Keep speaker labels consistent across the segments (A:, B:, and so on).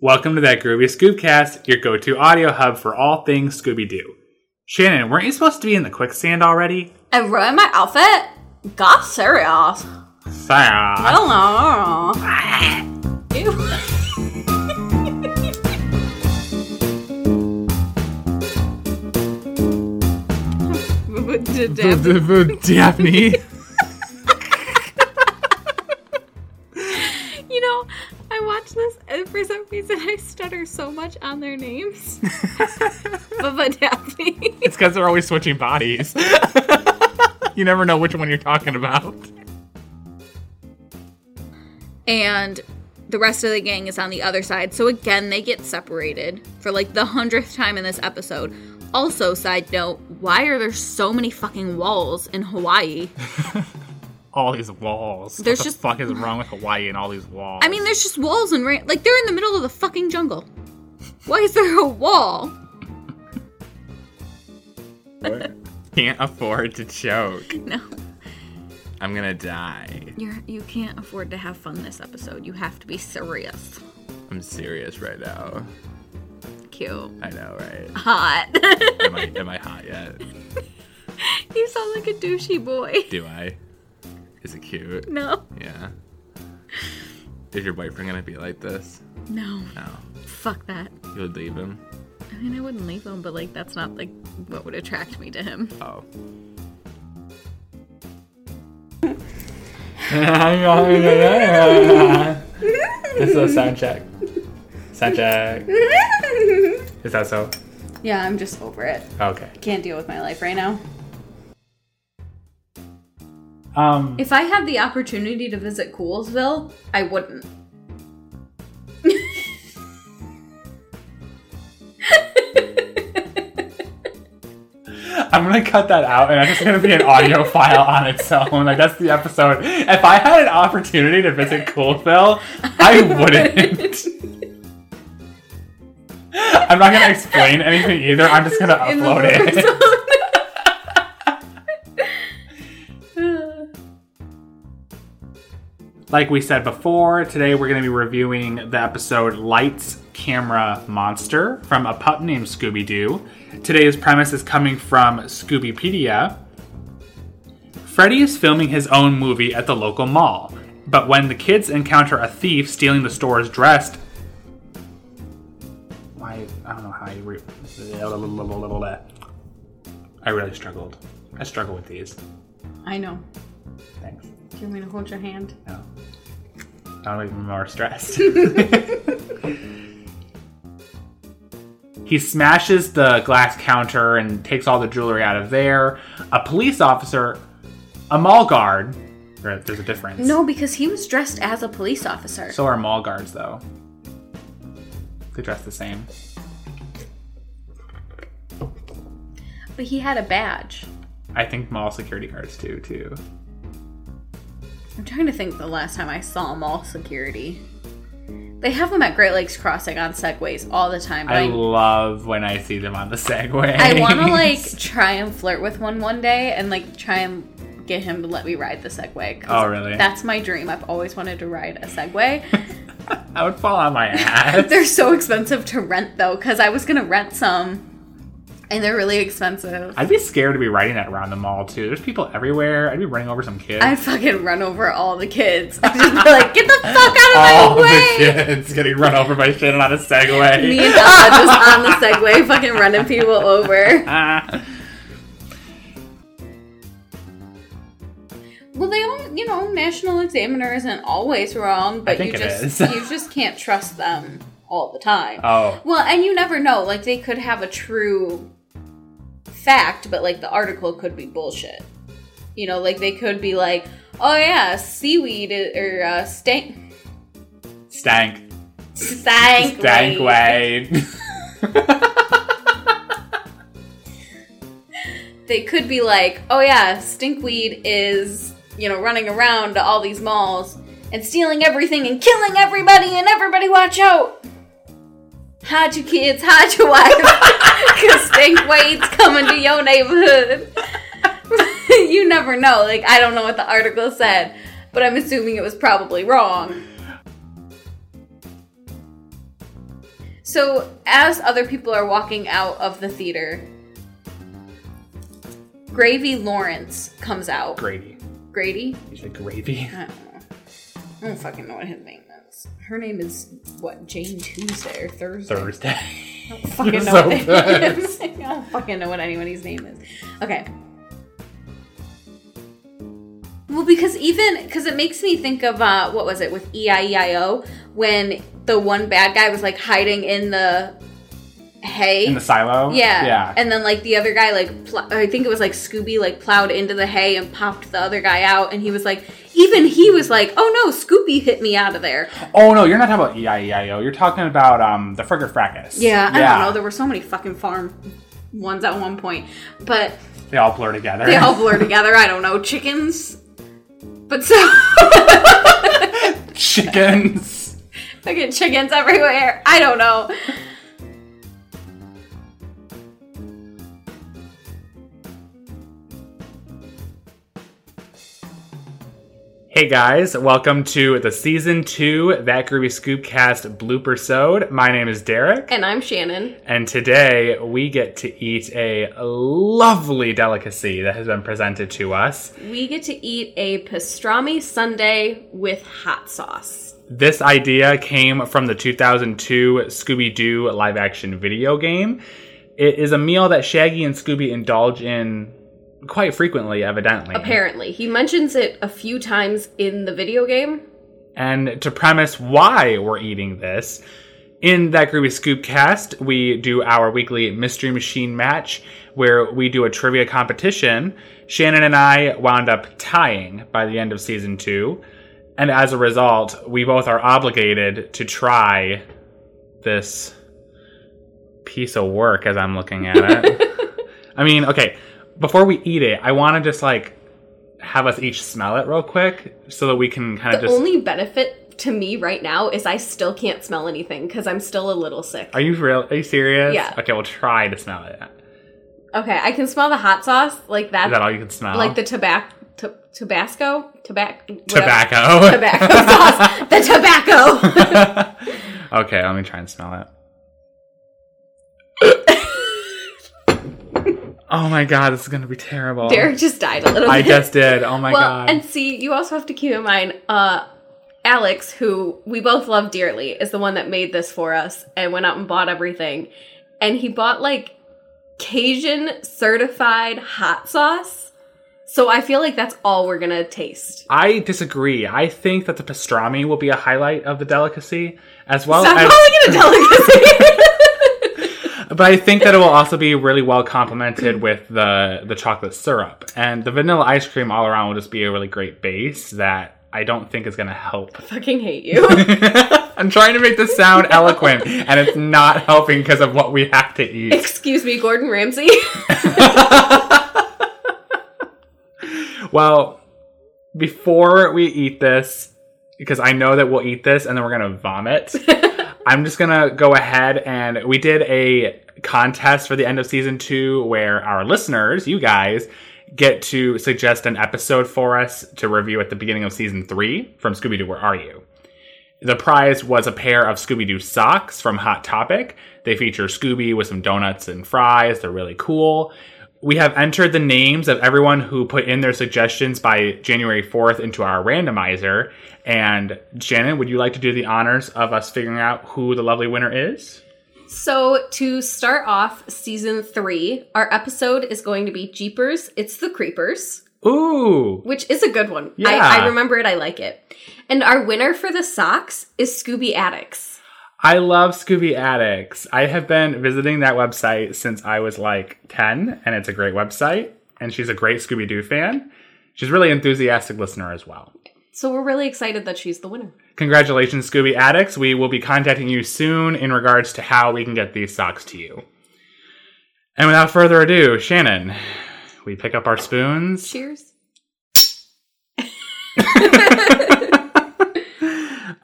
A: Welcome to that Groovy Scoopcast, your go to audio hub for all things Scooby Doo. Shannon, weren't you supposed to be in the quicksand already?
B: I ruined my outfit? God, serious. I
A: Sigh.
B: don't know. Ew.
A: D- d- Daphne.
C: You know, I watch this, and for some reason, I stutter so much on their names. Bubba Daphne.
A: it's because they're always switching bodies. you never know which one you're talking about.
C: And the rest of the gang is on the other side. So again, they get separated for like the hundredth time in this episode. Also, side note, why are there so many fucking walls in Hawaii?
A: All these walls.
C: There's
A: what
C: just-
A: the fuck is wrong with Hawaii and all these walls?
C: I mean, there's just walls and ra- like they're in the middle of the fucking jungle. Why is there a wall?
D: Can't afford to choke.
C: No,
D: I'm gonna die.
C: you're you can't afford to have fun this episode. You have to be serious.
D: I'm serious right now.
C: Cute,
D: I know, right?
C: hot.
D: Am I, am I hot yet?
C: you sound like a douchey boy.
D: Do I? Is it cute?
C: No,
D: Yeah. Is your boyfriend gonna be like this?
C: no,
D: No.
C: fuck that.
D: You would leave him?
C: I mean, I wouldn't leave him, but like that's not like what would attract me to him.
D: Oh.
A: this is a sound check. Sound check. Is that so?
B: Yeah, I'm just over it.
A: Okay.
B: Can't deal with my life right now.
A: Um,
B: If I had the opportunity to visit Coolsville, I wouldn't.
A: I'm gonna cut that out, and it's gonna be an audio file on its own. Like that's the episode. If I had an opportunity to visit Coolville, I wouldn't. I'm not gonna explain anything either. I'm just gonna
B: In the
A: upload it. Like we said before, today we're gonna be reviewing the episode "Lights, Camera, Monster" from a pup named Scooby Doo. Today's premise is coming from Scoobypedia. Freddy is filming his own movie at the local mall, but when the kids encounter a thief stealing the store's dressed. Why? I don't know how you. Re- I really struggled. I struggle with these.
B: I know.
A: Thanks.
B: Do you want me to hold your hand?
A: No. I'll leave him more stressed. he smashes the glass counter and takes all the jewelry out of there. A police officer, a mall guard. there- There's a difference.
B: No, because he was dressed as a police officer.
A: So are mall guards, though. They dress the same.
B: But he had a badge.
A: I think mall security guards do, too.
B: I'm trying to think the last time I saw mall security. They have them at Great Lakes Crossing on segways all the time. but
A: I
B: I,
A: love when I see them on the Segway.
B: I want to like try and flirt with one one day and like try and get him to let me ride the Segway. 'cause
A: Oh, really?
B: That's my dream. I've always wanted to ride a Segway.
A: I would fall on my ass.
B: they're so expensive to rent though, because I was gonna rent some, and they're really expensive.
A: I'd be scared to be riding that around the mall too. There's people everywhere. I'd be running over some kids.
B: I'd fucking run over all the kids. I'd just be like, "Get the fuck out
A: All
B: of my way!"
A: the kids getting run over by shit on a
B: Me
A: Segway.
B: and Elsa just on the Segway, fucking running people over.
A: Ah.
B: Well, they all, you know, National Examiner isn't always wrong, but
A: think
B: you
A: it is.
B: just you just can't trust them all the time.
A: Oh.
B: Well, and you never know. Like they could have a true fact, but like the article could be bullshit. You know, like they could be like, "Oh yeah, seaweed i- or uh, stank
A: Stank.
B: stank
A: Stank way.
B: They could be like, "Oh yeah, stinkweed is you know running around to all these malls and stealing everything and killing everybody and everybody watch out." Hide your kids, hide your wife, because stinkweed's coming to your neighborhood. you never know. Like, I don't know what the article said, but I'm assuming it was probably wrong. So, as other people are walking out of the theater, Gravy Lawrence comes out.
A: Grady.
B: Grady?
A: You said gravy.
B: I don't know. I don't fucking know what his name is. Her name is, what, Jane Tuesday or Thursday?
A: Thursday.
B: I don't fucking know
A: So
B: what their
A: good.
B: name is. I don't fucking know what anybody's name is. Okay. Well, because even because it makes me think of uh, what was it with EIEIO when the one bad guy was like hiding in the hay.
A: In the silo.
B: yeah,
A: Yeah.
B: And then like the other guy, like pl- I think it was like Scooby, like plowed into the hay and popped the other guy out, and he was like, even he was like, oh no, Scooby hit me out of there.
A: oh no, you're not talking about EIEIO. You're talking about um the Frigger Fracas.
B: Yeah, I don't know. There were so many fucking farm ones at one point, but
A: They all blur together.
B: they all blur together. I don't know, chickens. But so
A: Chickens.
B: fucking chickens everywhere. I don't know.
A: Hey guys, welcome to the season two That Groovy Scoopcast blooper sode. My name is Derek.
B: And I'm Shannon.
A: And today we get to eat a lovely delicacy that has been presented to us.
B: We get to eat a pastrami sundae with hot sauce.
A: This idea came from the 2002 Scooby Doo live action video game. It is a meal that Shaggy and Scooby indulge in quite frequently, evidently.
B: Apparently, he mentions it a few times in the video game.
A: And to premise why we're eating this, in that Groovy Scoopcast, we do our weekly Mystery Machine match where we do a trivia competition. Shannon and I wound up tying by the end of season two. And as a result, we both are obligated to try this piece of work as I'm looking at it. I mean, okay, before we eat it, I want to just like have us each smell it real quick so that we can kind
E: The
A: of just.
E: only benefit to me right now is I still can't smell anything because I'm still a little sick.
A: Are you real? Are you serious?
E: Yeah.
A: Okay, we'll try to smell it. Is
E: okay, I can smell the hot sauce like that,
A: that all you can smell?
E: like the tobacco, to- Tabasco, tobacco,
A: tobacco.
E: tobacco sauce, the tobacco.
A: okay, let me try and smell it. oh my god, this is gonna be terrible.
E: Derek just died a little.
A: I
E: bit.
A: just did. Oh my
E: well,
A: god.
E: and see, you also have to keep in mind, uh, Alex, who we both love dearly, is the one that made this for us and went out and bought everything, and he bought like Cajun certified hot sauce. So I feel like that's all we're gonna taste.
A: I disagree. I think that the pastrami will be a highlight of the delicacy, as well
E: Stop
A: as.
E: calling it a delicacy.
A: But I think that it will also be really well complemented with the the chocolate syrup and the vanilla ice cream all around will just be a really great base that I don't think is going to help.
E: Fucking hate you.
A: I'm trying to make this sound eloquent and it's not helping because of what we have to eat.
E: Excuse me, Gordon Ramsay.
A: Well, before we eat this because I know that we'll eat this and then we're going to vomit. I'm just gonna go ahead and we did a contest for the end of season two where our listeners, you guys, get to suggest an episode for us to review at the beginning of season three from Scooby Doo Where Are You? The prize was a pair of Scooby Doo socks from Hot Topic. They feature Scooby with some donuts and fries. They're really cool. We have entered the names of everyone who put in their suggestions by January 4th into our randomizer. And Shannon, would you like to do the honors of us figuring out who the lovely winner is?
E: so to start off season three, our episode is going to be Jeepers. It's the Creepers.
A: Ooh,
E: which is a good one.
A: Yeah.
E: I, I remember it. I like it. And our winner for the socks is Scooby Addicts.
A: I love Scooby Addicts. I have been visiting that website since I was like 10, and it's a great website. And she's a great Scooby Doo fan. She's a really enthusiastic listener as well.
E: So we're really excited that she's the winner.
A: Congratulations, Scooby Addicts. We will be contacting you soon in regards to how we can get these socks to you. And without further ado, Shannon, we pick up our spoons.
E: Cheers.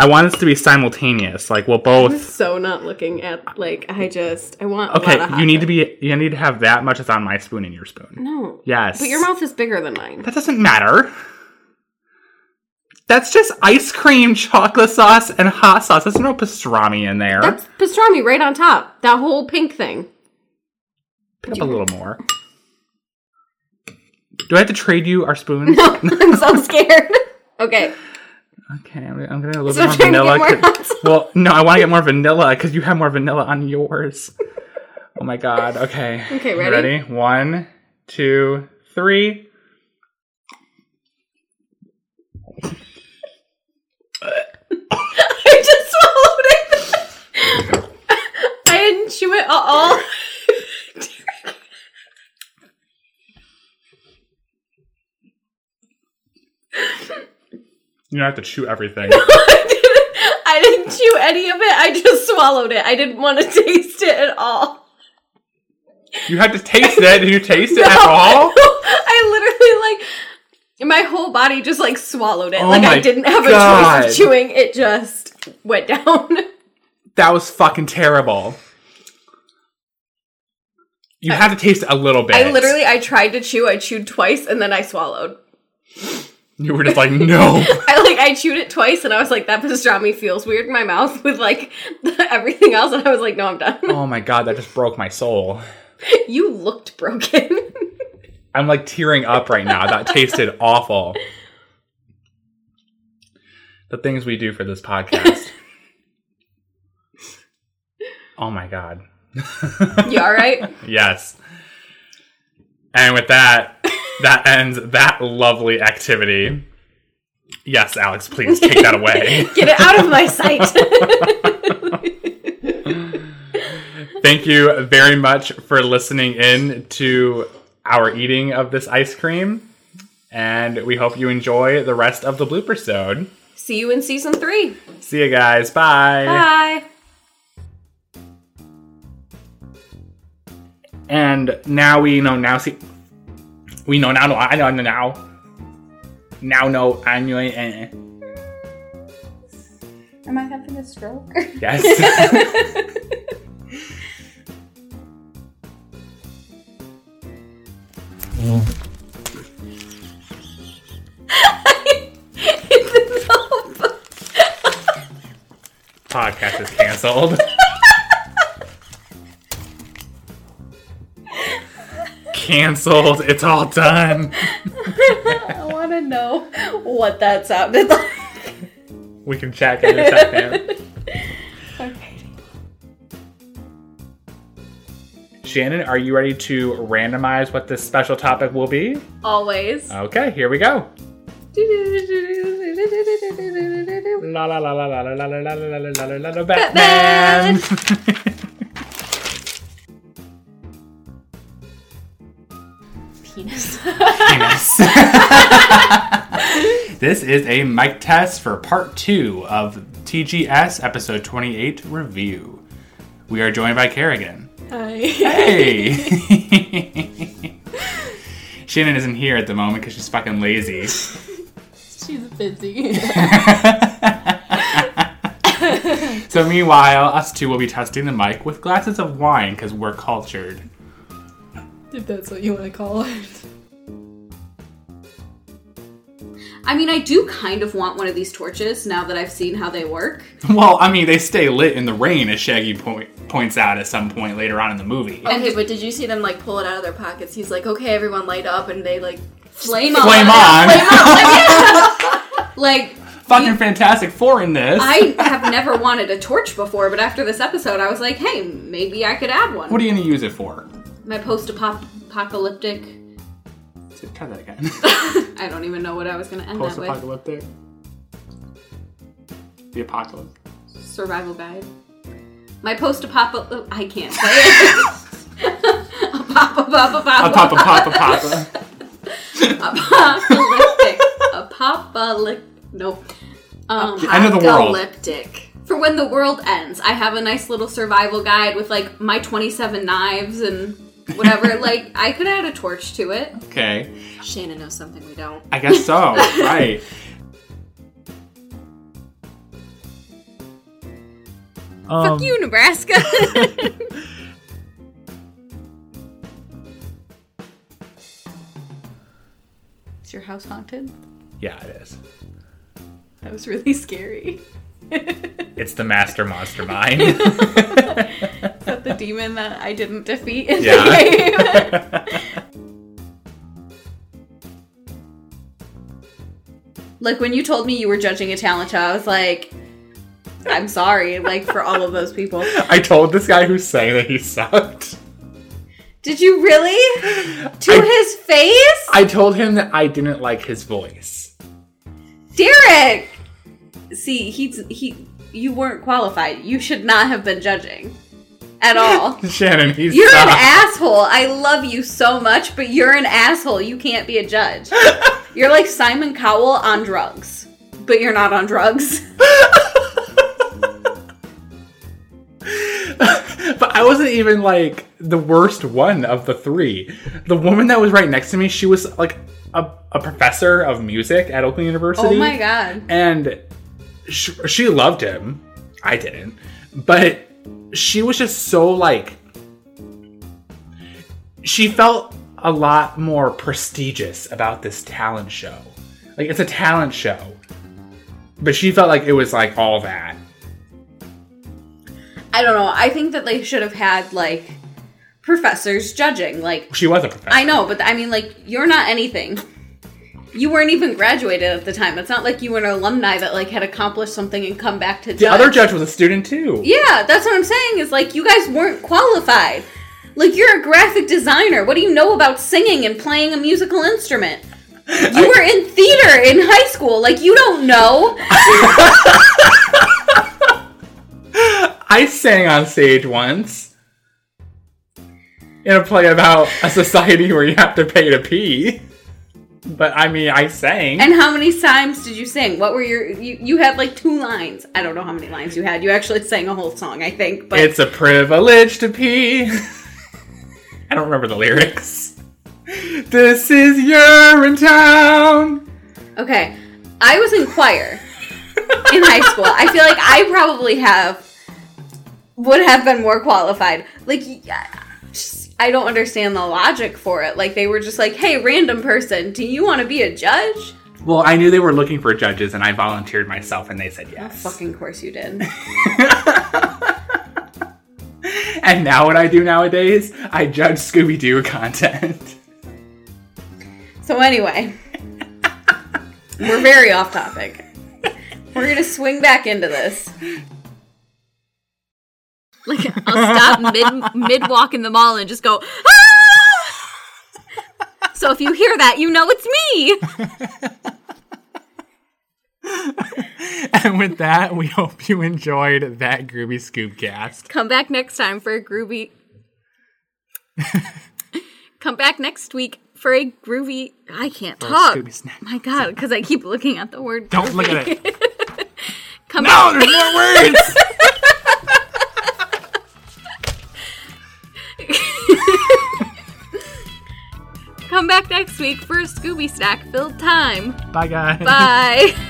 A: I want us to be simultaneous. Like we'll both.
E: So not looking at like I just I want a lot of
A: Okay,
E: hot
A: you need to
E: sauce.
A: be. You need to have that much as on my spoon and your spoon.
E: no.
A: Yes.
E: But your mouth is bigger than mine.
A: That doesn't matter. That's just ice cream, chocolate sauce, and hot sauce. There's no pastrami in there.
E: That's pastrami right on top. That whole pink thing.
A: Pick up a little more. Do I have to trade you our spoons?
E: I'm so scared. okay.
A: Okay, I'm, I'm gonna have a little
E: So
A: bit more
E: trying to get
A: vanilla.
E: more
A: 'cause-
E: hot sauce.
A: well, no, I want to get more vanilla because you have more vanilla on yours. oh my god. Okay.
E: Okay,
A: You
E: ready?
A: One, two, three.
E: I just swallowed it. I didn't chew it at all.
A: You don't have to chew everything.
E: I didn't, I didn't chew any of it. I just swallowed it. I didn't want to taste it at all.
A: you had to taste it. Did you taste it at
E: No.
A: all?
E: I literally like my whole body just like swallowed it.
A: Oh
E: like
A: my
E: I didn't have a
A: God.
E: choice of chewing. It just went down.
A: That was fucking terrible. You had to taste a little bit.
E: I literally I tried to chew. I chewed twice and then I swallowed.
A: You were just like, no.
E: I like I chewed it twice and I was like that pastrami feels weird in my mouth with like everything else and I was like no I'm done.
A: oh my god, that just broke my soul.
E: You looked broken.
A: I'm like tearing up right now. That tasted awful. The things we do for this podcast. oh my god.
E: you all right?
A: Yes. And with that, that ends that lovely activity. Yes, Alex, please take that away.
E: Get it out of my sight.
A: Thank you very much for listening in to our eating of this ice cream. And we hope you enjoy the rest of the blooper stone.
E: See you in season 3.
A: See you guys. Bye.
E: Bye.
A: And now we know now see we know now no I know now. Now no I know eh.
B: Am I having a stroke?
A: yes. Podcast is canceled. canceled. It's all done.
E: I want to know what that sounded like.
A: We can check in a second. Shannon, are you ready to randomize what this special topic will be?
E: Always.
A: Okay, here we go. La la la la la la la la la la la la la la Batman.
B: Penis.
A: Penis. this is a mic test for part two of TGS episode 28 review. We are joined by Kerrigan.
E: Hi.
A: Hey! Shannon isn't here at the moment because she's fucking lazy.
F: She's busy.
A: so, meanwhile, us two will be testing the mic with glasses of wine because we're cultured.
F: if that's what you want to call it.
B: I mean, I do kind of want one of these torches now that I've seen how they work.
A: Well, I mean, they stay lit in the rain, as Shaggy point, points out at some point later on in the movie.
F: Okay, but did you see them like pull it out of their pockets? He's like, okay, everyone light up, and they like.
B: Oh, Flame,
A: Flame on!
B: Like,
A: Fucking Fantastic Four in this!
B: I have never wanted a torch before, but after this episode, I was like, hey, maybe I could add one.
A: What are you gonna use it for?
B: My post apocalyptic.
A: Try that again.
B: I don't even know what I was going to end
A: Post
B: that with.
A: apocalyptic. The apocalypse.
B: Survival guide. My post apocalyptic. I can't say it.
A: A papa papa papa.
B: apocalyptic. Apocalyptic. No. Um,
A: The end of the world.
B: Apocalyptic. For when the world ends, I have a nice little survival guide with like my 27 knives and whatever. like, I could add a torch to it.
A: Okay.
F: Shannon knows something we don't.
A: I guess so. right. Um,
B: Um,
A: Um,
C: Fuck you, Nebraska.
F: Is your house haunted?
A: Yeah, it is.
F: That was really scary.
A: It's the master monster mind.
F: That the demon that I didn't defeat in the game.
A: yeah.
B: Like when you told me you were judging a talent show, I was like, I'm sorry, like for all of those people.
A: I told this guy who sang that he sucked.
B: Did you really? To
A: I-
B: his face?
A: I told him that I didn't like his voice.
B: Derek! See, he's he you weren't qualified. You should not have been judging. At all.
A: Shannon, he
B: You're an
A: sucked.
B: asshole. I love you so much, but you're an asshole. You can't be a judge. You're like Simon Cowell on drugs, but you're not on drugs.
A: but I wasn't even like the worst one of the three. The woman that was right next to me, she was like a, a professor of music at Oakland University.
B: Oh my god.
A: And she, she loved him. I didn't. But she was just so like. She felt a lot more prestigious about this talent show. Like, it's a talent show. But she felt like it was like all that.
B: I don't know. I think that they should have had like professors judging. Like
A: She was a professor.
B: I know, but I mean like you're not anything. You weren't even graduated at the time. It's not like you were an alumni that like had accomplished something and come back to
A: The other judge was a student too.
B: Yeah, that's what I'm saying is like you guys weren't qualified. Like you're a graphic designer. What do you know about singing and playing a musical instrument? You were in theater in high school. Like you don't know.
A: I sang on stage once in a play about a society where you have to pay to pee. But I mean, I sang.
B: And how many times did you sing? What were your you, you had like two lines. I don't know how many lines you had. You actually sang a whole song, I think. But
A: it's a privilege to pee. I don't remember the lyrics. This is urine town.
B: okay. I was in choir in high school. I feel like I probably have would have been more qualified. Like yeah, just- I don't understand the logic for it. Like they were just like, "Hey, random person, do you want to be a judge?"
A: Well, I knew they were looking for judges, and I volunteered myself, and they said yes.
B: Fucking course you did.
A: And now, what I do nowadays, I judge Scooby Doo content.
B: So anyway, we're very off topic. We're gonna swing back into this.
C: Like I'll stop mid mid walk in the mall and just go. "Ah!" So if you hear that, you know it's me.
A: And with that, we hope you enjoyed that Groovy Scoopcast.
C: Come back next time for a groovy. Come back next week for a groovy. I can't
A: a
C: talk.
A: Scooby snack.
C: My God, because I keep looking at the word.
A: Don't look at it.
C: Come
A: No,
C: back.
A: there's more words.
C: Come back next week for a Scooby snack filled time.
A: Bye, guys.
C: Bye.